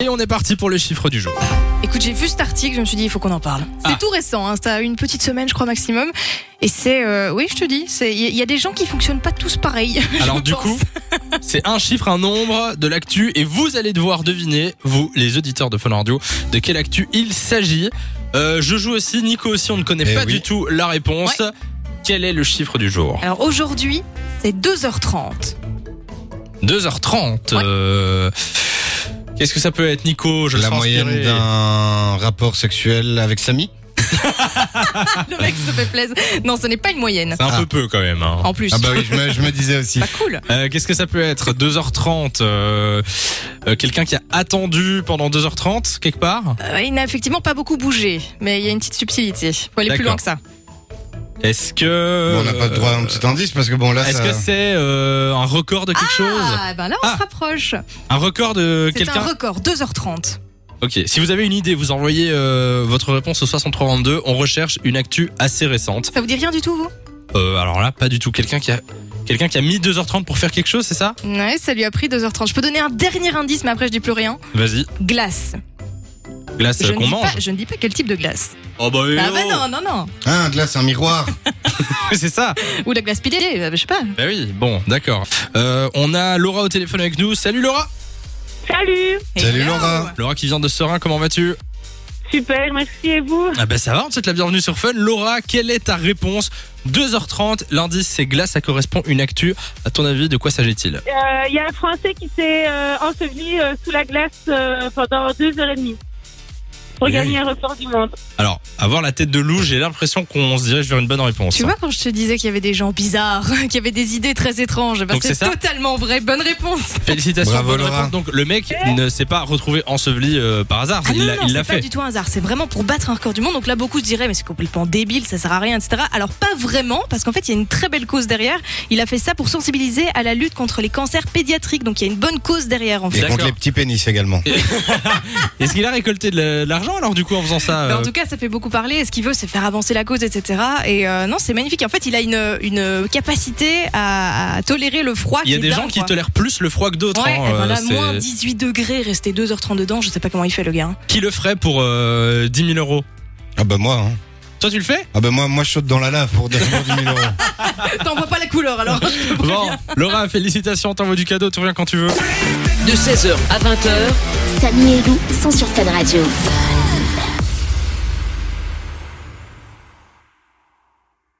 Et on est parti pour le chiffre du jour. Écoute, j'ai vu cet article, je me suis dit, il faut qu'on en parle. C'est Ah. tout récent, hein, ça a une petpetite semaine, je crois, maximum. Et c'est, euh, oui, je te dis, c'est- il y, y a des gens qui fonctionnent pas tous pareil. je Alors du pense. coup, c'est un chiffre, un nombre de l'actu et vous allez devoir deviner, vous les auditeurs de Fun Radio, de quelle actu il s'agit. Euh, je joue aussi, Nico aussi, on ne connaît Eh pas oui. du tout la réponse. Quel est le chiffre du jour Alors aujourd'hui, c'est 2h30. 2h30. Euh. Ouais. euh, Qu'est-ce que ça peut être, Nico Je le la sens moyenne inspiré. d'un rapport sexuel avec Samy Ah. Le mec se fait plaisir. Non, ce n'est pas une moyenne. C'est un Ah. peu peu quand même. hein. En plus. Ah bah oui, je me, je me disais aussi. Pas cool. Euh, Qu'est-ce que ça peut être 2h30 euh, euh, Quelqu'un qui a attendu pendant 2h30 quelque part Euh, il n'a effectivement pas beaucoup bougé, mais il y a une petite subtilité. Faut aller plus D'accord. loin que ça. Est-ce que... Bon, on n'a pas le droit à un petit indice parce que bon là Est-ce ça... que c'est euh, un record de quelque chose Ah, ben là, on Ah. se rapproche. Un record de C'est un quelqu'un record, 2h30. Ok, si vous avez une idée, vous envoyez euh, votre réponse au 6322. On recherche une actu assez récente. Ça vous dit rien du tout, vous Euh, alors là, pas du tout. Quelqu'un qui a quelqu'un qui a mis 2h30 pour faire quelque chose, c'est ça Ouais, ça lui a pris 2h30. Je peux donner un dernier indice, mais après, je dis plus rien. Vas-y, Glace. glace Je euh, ne, qu'on dis mange. pas, je ne dis pas quel type de glace. Oh bah, Ah bah non, non, non. Ah, là c'est un miroir. c'est ça. Ou la glace pilée, euh, je sais pas. Bah oui, bon, d'accord. Euh, on a Laura au téléphone avec nous. Salut Laura. Salut, Salut, Hello. Laura. Laura qui vient de Serein, comment vas-tu super, merci et vous Ah bah ça va, on te souhaite la bienvenue sur Fun. Laura, quelle est ta réponse 2h30, l'indice c'est glace, ça correspond une actu. À ton avis, de quoi s'agit-il Euh, Il y a un Français qui s'est euh, enseveli euh, sous la glace euh, pendant deux heures et demie pour Oui. gagner un record du monde. Alors, avoir la tête de loup, j'ai l'impression qu'on se dirige vers une bonne réponse. Tu vois, quand je te disais qu'il y avait des gens bizarres, qu'il y avait des idées très étranges, bah, Donc c'est c'est ça totalement vrai. Bonne réponse. Félicitations, Bravo, bonne Laura. réponse. Donc le mec ne s'est pas retrouvé enseveli euh, par hasard, Ah il non, l'a- non, il c'est l'a pas fait. du tout un hasard. C'est vraiment pour battre un record du monde. Donc là, beaucoup se diraient, mais c'est complètement débile, ça sert à rien, etc. Alors pas vraiment, parce qu'en fait, il y a une très belle cause derrière. Il a fait ça pour sensibiliser à la lutte contre les cancers pédiatriques. Donc il y a une bonne cause derrière, en fait. Et D'accord. contre les petits pénis également. Est-ce qu'il a récolté de la- de l'argent alors du coup en faisant ça Mais euh, en tout cas, ça fait beaucoup parler. Ce qu'il veut, c'est faire avancer la cause, etc. Et euh, non, c'est magnifique. En fait, il a une, une capacité à, à tolérer le froid. Il y a qui des est dingue, gens qui quoi. tolèrent plus le froid que d'autres. Ouais, hein, et voilà, euh, c'est- moins 18 degrés, rester 2h30 dedans, je sais pas comment il fait le gars. hein. Qui le ferait pour euh, 10 000 euros Ah bah moi. Hein. Toi tu le fais Ah bah moi, moi je saute dans la lave pour 10 000 euros. T'en vois pas la couleur alors. Bon, Laura, félicitations, t'envoies du cadeau, tu reviens quand tu veux. de 16h à 20h. Samy et Lou sont sur Fan Radio.